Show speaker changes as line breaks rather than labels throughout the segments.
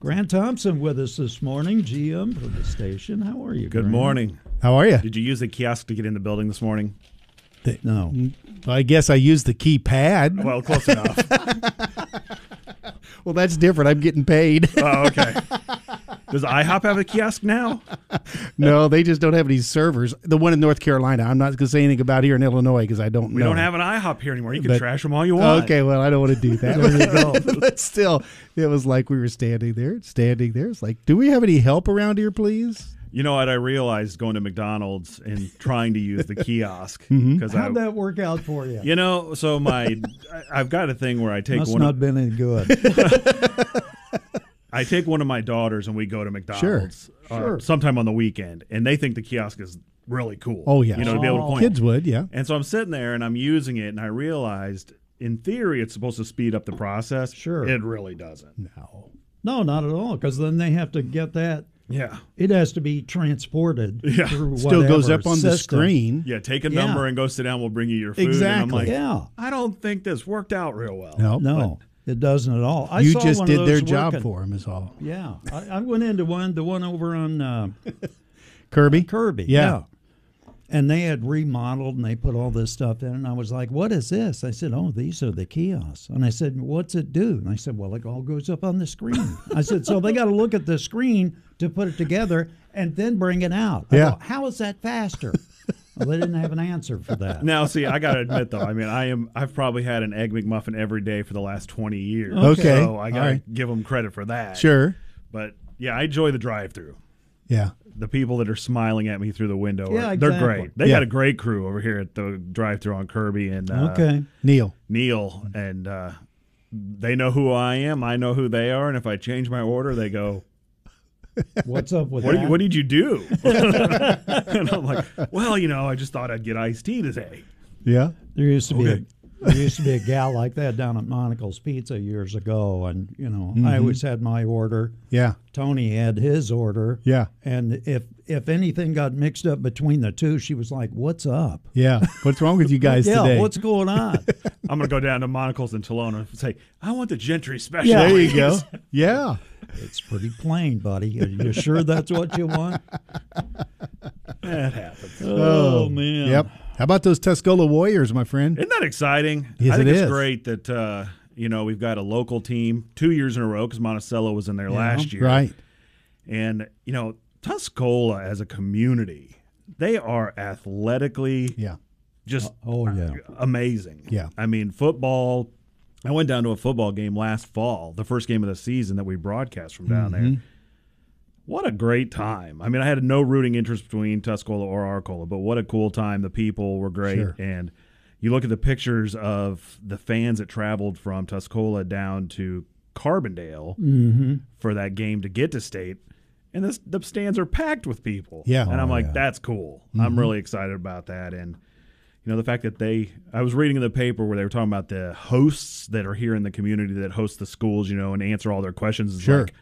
Grant Thompson with us this morning, GM for the station. How are you?
Good
Grant?
morning.
How are you?
Did you use the kiosk to get in the building this morning?
No,
Mm, I guess I used the keypad.
Well, close enough.
Well, that's different. I'm getting paid.
Oh, okay. Does IHOP have a kiosk now?
no, they just don't have any servers. The one in North Carolina. I'm not going to say anything about here in Illinois because I don't
We
know.
don't have an IHOP here anymore. You can
But-
trash them all you want.
Okay, well, I don't want to do that. but still, it was like we were standing there, standing there. It's like, do we have any help around here, please?
You know what I realized going to McDonald's and trying to use the kiosk because
how'd that work out for you?
You know, so my I- I've got a thing where I take
Must
one
not
of,
been any good.
I take one of my daughters and we go to McDonald's uh,
Sure.
sometime on the weekend and they think the kiosk is really cool.
Oh, yeah.
You know, to be able to point
Kids would, yeah.
And so I'm sitting there and I'm using it, and I realized in theory it's supposed to speed up the process.
Sure.
It really doesn't.
No.
no, not at all. Because then they have to get that.
Yeah.
It has to be transported.
Yeah.
through
Still goes
whatever
up on the
system.
screen.
Yeah. Take a
Yeah.
number and go sit down. We'll bring you your food. And I'm
Exactly.
like,
Yeah.
I don't think this worked out real well.
No.
No, it doesn't at all. I
but Oh, you
saw
just
one of
did their
those
job
working.
for him, is all.
Yeah, I, I went into one, the one over on uh,
Kirby?
Kirby.
Yeah.
And they had remodeled and they put all this stuff in. And I was like, what is this? I said, oh, these are the kiosks. And I said, what's it do? And I said, well, it all goes up on the screen. I said, so they got to look at the screen to put it together and then bring it out. I
Yeah.
thought, How is that faster? well, they didn't have an answer for that.
Now, see, I gotta admit though, I mean, I am I've probably had an egg McMuffin every day for the last twenty years.
Okay.
So I
All
gotta
right.
give them credit for that.
Sure.
But yeah, I enjoy the drive-through.
Yeah.
The people that are smiling at me through the window,
Yeah,
are,
exactly.
they're great. They
Yeah.
got a great crew over here at the drive-through on Kirby and uh,
okay.
Neil.
Neil, and uh, they know who I am. I know who they are. And if I change my order, they go,
What's up with
"What,
that?
did, what did you do?" and I'm like, "Well, you know, I just thought I'd get iced tea today."
Yeah.
There used to be
Okay.
a there used to be a gal like that down at Monocle's Pizza years ago, and you know I always had my order.
Mm-hmm. Yeah.
Tony had his order.
Yeah.
and if if anything got mixed up between the two, she was like, "What's up?
Yeah. What's wrong with you guys
yeah,
today?
what's going on?"
I'm gonna go down to Monocles and Tolona and say, "I want the Gentry special."
yeah, there you go. Yeah.
it's pretty plain, buddy. Are you sure that's what you want?
that happens.
Oh, man.
Yep. How about those Tuscola Warriors, my friend?
Isn't that exciting?
Yes,
I think
it
it's
is.
great that uh, you know we've got a local team two years in a row because Monticello was in there last year,
Right.
And you know Tuscola as a community, they are athletically
Yeah.
just
Oh yeah.
amazing.
Yeah.
I mean, football. I went down to a football game last fall, the first game of the season that we broadcast from down
Mm-hmm.
there. What a great time. I mean, I had no rooting interest between Tuscola or Arcola, but what a cool time. The people were great.
Sure.
And you look at the pictures of the fans that traveled from Tuscola down to Carbondale
Mm-hmm.
for that game to get to state. And this, the stands are packed with people.
Yeah. Mm-hmm.
And I'm
Oh,
like, that's cool. I'm really excited about that. And you know the fact that they i was reading in the paper where they were talking about the hosts that are here in the community that host the schools you know and answer all their questions It's
Sure.
like,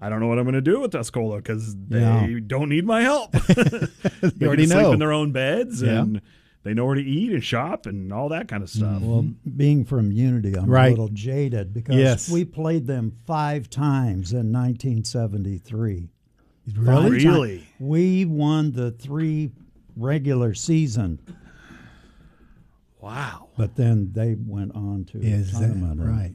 i don't know what i'm going to do with tuscola because they
Yeah.
don't need my help they can
already
sleep
know.
in their own beds
Yeah.
and they know where to eat and shop and all that kind of stuff
Well, being from Unity, I'm a
Right.
little jaded because
Yes.
we played them five times in 1973.
Really?
Five times.
Really?
We won the three regular season,
wow
but then they went on to
Is
the
that
tournament and
right?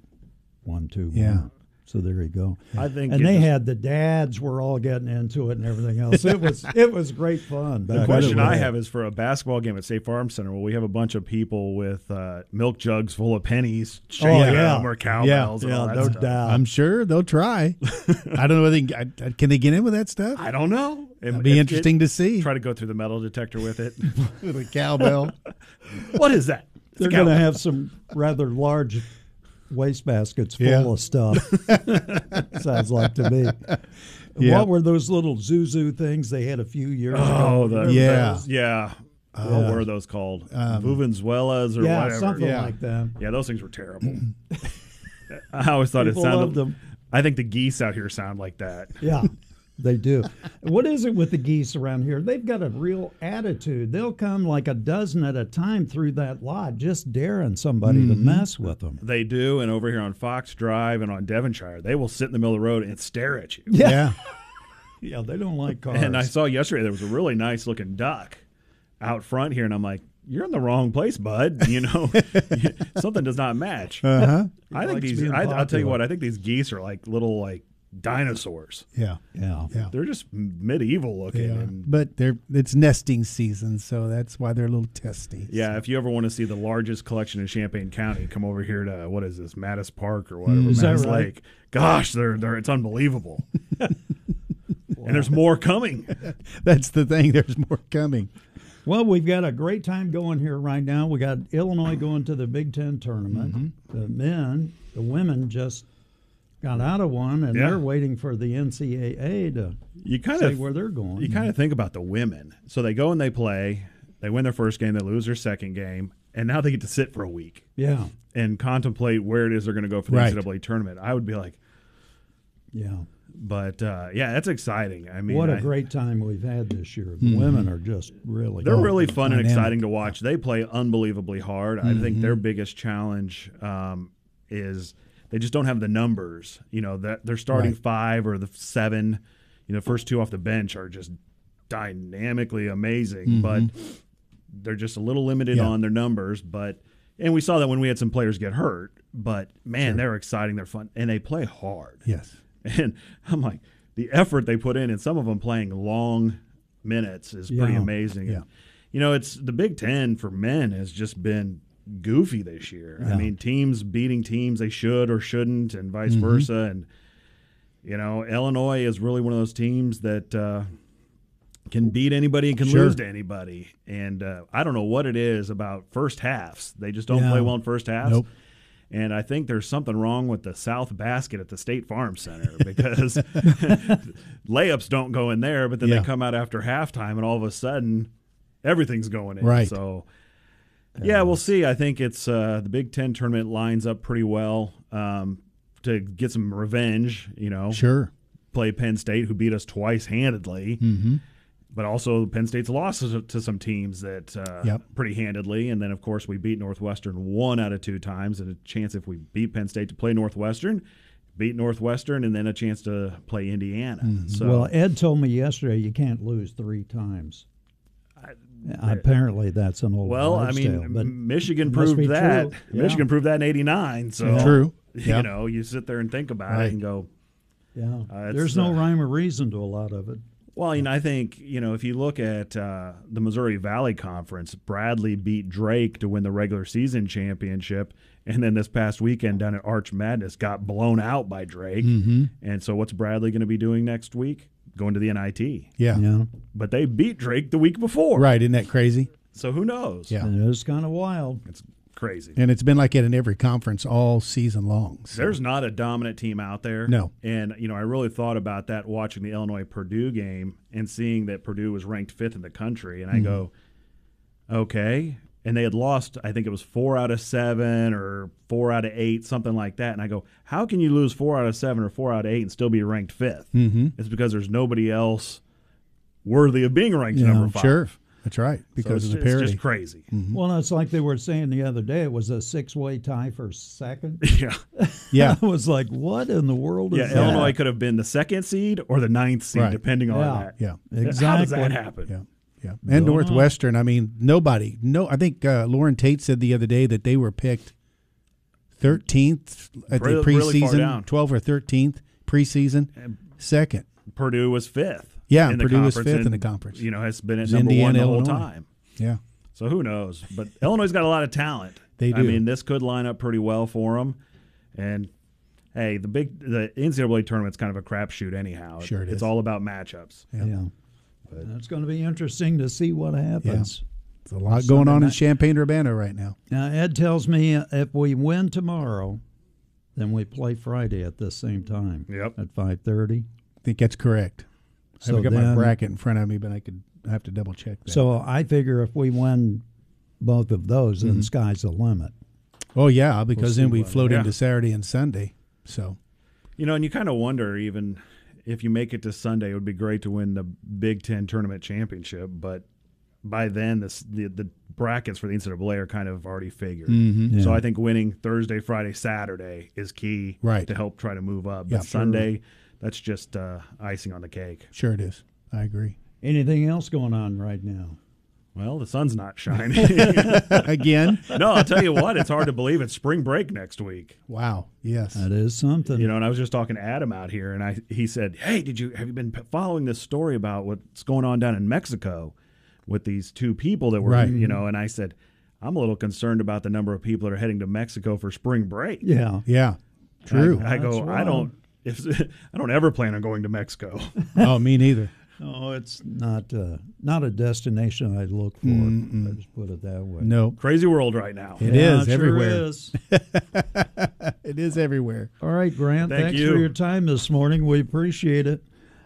Won two.
Yeah.
one. So there you go.
I think
and
it
they
just-
had the dads were all getting into it and everything else. It was it was great fun.
the question I have is for a basketball game at State Farm Center. Well, we have a bunch of people with uh, milk jugs full of pennies, shaking
yeah.
them or cowbells. and
yeah,
all that
no
stuff.
doubt.
I'm sure they'll try. I don't know. whether they can- I, I- can they get in with that stuff?
I don't know. It,
That'd be interesting to see.
Try to go through the metal detector with it.
with a cowbell.
what is that? It's a
They're going to
cowbell.
have some rather large wastebaskets full
Yeah.
of stuff. Sounds like to me.
Yeah.
What were those little Zuzu things they had a few years ago?
Oh, the,
Yeah.
those- yeah. Oh, what are those called? Vuvuzelas or
Um, yeah,
whatever.
something
Yeah.
like that.
Yeah, those things were terrible. I always thought
People
it sounded.
loved them.
I think the geese out here sound like that.
Yeah, they do. What is it with the geese around here? They've got a real attitude. They'll come like a dozen at a time through that lot, just daring somebody to mess with them.
They do, and over here on Fox Drive and on Devonshire, they will sit in the middle of the road and stare at you.
Yeah.
Yeah, they don't like cars.
And I saw yesterday there was a really nice looking duck out front here, and I'm like, "You're in the wrong place, bud. You know, something does not match."
Uh-huh.
I
likes
think these.
being
I, I'll tell you
popular.
what. I think these geese are like little like dinosaurs.
Yeah.
yeah.
Yeah.
They're just medieval looking.
Yeah.
And
But they're it's nesting season, so that's why they're a little testy.
Yeah, if you ever want to see the largest collection in Champaign County, come over here to what is this, Mattis Park or whatever,
Mm, Is that
Mattis
right?
Lake. Gosh, they're they're it's unbelievable. And there's more coming.
That's the thing. There's more coming.
Well, we've got a great time going here right now. We got Illinois going to the Big Ten tournament. The men, the women just got out of one, and
Yeah.
they're waiting for the NCAA to
You kind
say
of
where they're going.
you kind of think about the women. So they go and they play, they win their first game, they lose their second game, and now they get to sit for a week
yeah,
and contemplate where it is they're going to go for the
Right.
NCAA tournament. I would be like,
yeah.
but uh, yeah, that's exciting. I mean,
What a
I-
great time we've had this year. The women are just really
Mm-hmm. They're
Oh,
really fun and
dynamic. Mm-hmm.
exciting to watch. They play unbelievably hard. I think their biggest challenge um, is they just don't have the numbers. You know, that they're starting five or the seven. You know, first two off the bench are just dynamically amazing, but they're just a little limited
Mm-hmm. Yeah.
on their numbers. But and we saw that when we had some players get hurt. But man, they're exciting. They're fun and they play hard.
Yes.
And I'm like, the effort they put in, and some of them playing long minutes is pretty
Yeah.
amazing.
Yeah.
You know, it's the Big Ten for men has just been goofy this year. I mean, teams beating teams they should or shouldn't, and vice versa. And, you know, Illinois is really one of those teams that uh, can beat anybody and can
Sure.
lose to anybody. And uh, I don't know what it is about first halves. They just don't
Yeah.
play well in first halves.
Nope.
And I think there's something wrong with the South Basket at the State Farm Center because layups don't go in there, but then
Yeah.
they come out after halftime, and all of a sudden everything's going in.
Right.
So, yeah, we'll see. I think it's uh, the Big Ten tournament lines up pretty well um, to get some revenge. You know,
Sure.
play Penn State, who beat us twice handedly.
Mm-hmm.
But also, Penn State's losses to- to some teams that uh,
Yep.
pretty handedly, and then of course we beat Northwestern one out of two times, and a chance if we beat Penn State to play Northwestern, beat Northwestern, and then a chance to play Indiana. So
Mm-hmm. Well, Ed told me yesterday you can't lose three times. Uh, Apparently, that's an old
Well, I
wives'
mean, mm,
tale, but
M- Michigan
must be
proved that.
true. Yeah.
Michigan proved that in '89. So
True.
You
Yeah.
know, you sit there and think about
Right.
it and go,
yeah,
it's,
there's no
uh,
rhyme or reason to a lot of it.
well, you know, I think you know if you look at uh, the Missouri Valley Conference, Bradley beat Drake to win the regular season championship, and then this past weekend down at Arch Madness got blown out by Drake.
Mm-hmm.
And so, what's Bradley going to be doing next week? Going to the NIT.
Yeah.
Yeah,
But they beat Drake the week before,
Right. Isn't that crazy?
So who knows?
Yeah.
and it's kind of wild.
it's crazy.
And it's been like it in every conference all season long. So.
There's not a dominant team out there.
No.
And, you know, I really thought about that watching the Illinois Purdue game and seeing that Purdue was ranked fifth in the country. And I
Mm-hmm.
go, okay. And they had lost, I think it was four out of seven or four out of eight, something like that. And I go, how can you lose four out of seven or four out of eight and still be ranked 5th Mm-hmm. It's because there's nobody else worthy of being ranked
you know,
number five.
Sure. That's right.
So
Because
it's,
of
it's
the parity.
just crazy.
Mm-hmm.
Well, it's like they were saying the other day. It was a six-way tie for second.
Mm-hmm.
Yeah.
yeah.
I was like, what in the world is
Yeah.
that?
Illinois could have been the second seed or the ninth seed,
Right.
depending on
Yeah.
that.
Yeah.
Exactly.
How does that happen?
Yeah. Yeah. And Northwestern. I mean, nobody. No, I think uh, Lauren Tate said the other day that they were picked 13th at
Really-
the
really far
preseason,
down.
12 or 13th preseason, second.
Purdue was fifth.
Yeah,
in the
Purdue was
conference
fifth in
and,
the conference.
You know, has been at
was
number one
Indiana,
the whole
Illinois.
time.
Yeah.
So who knows? But Illinois's got a lot of talent.
They
I
do.
mean, this could line up pretty well for them. And hey, the big the NCAA tournament's kind of a crapshoot anyhow.
Sure it
It's
is.
all about matchups.
Yeah. And it's going to be interesting to see what happens.
There's a lot going on in Champaign Urbana right now.
Now, Ed tells me if we win tomorrow, Then we play Friday at this same time.
Yep.
At five thirty.
I think that's correct. I
So
haven't got my
then-
bracket in front of me, but I could I have to double check that.
So I figure if we win both of those,
Mm-hmm.
then sky's the limit.
oh yeah, because then we float
yeah.
into Saturday and Sunday. So
You know, and you kind of wonder even if you make it to Sunday, it would be great to win the Big Ten tournament championship, but by then this, the the brackets for the NCAA are kind of already figured. So
Mm-hmm.
Yeah.
I think winning Thursday, Friday, Saturday is key,
Right.
to help try to move up. But
Yeah, sure.
Sunday, that's just uh, icing on the cake.
sure it is. I agree.
Anything else going on right now?
Well, the sun's not shining.
Again,
no, I'll tell you what, it's hard to believe it's spring break next week.
wow. Yes.
That is something.
You know, and I was just talking to Adam out here, and I he said, "Hey, did you have you been p- following this story about what's going on down in Mexico with these two people that were,
Right.
you know?" And I said, "I'm a little concerned about the number of people that are heading to Mexico for spring break."
yeah.
Yeah.
And I-
True.
I, go,
That's
I don't. If, I don't ever plan on going to Mexico.
oh, me neither.
No, Oh, it's not uh, not a destination I'd look for. I just put it that way.
No.
Crazy world right now.
It is
Yeah, it sure
everywhere.
is.
It is everywhere.
All right, Grant.
Thank
thanks
you.
for your time this morning. We appreciate it.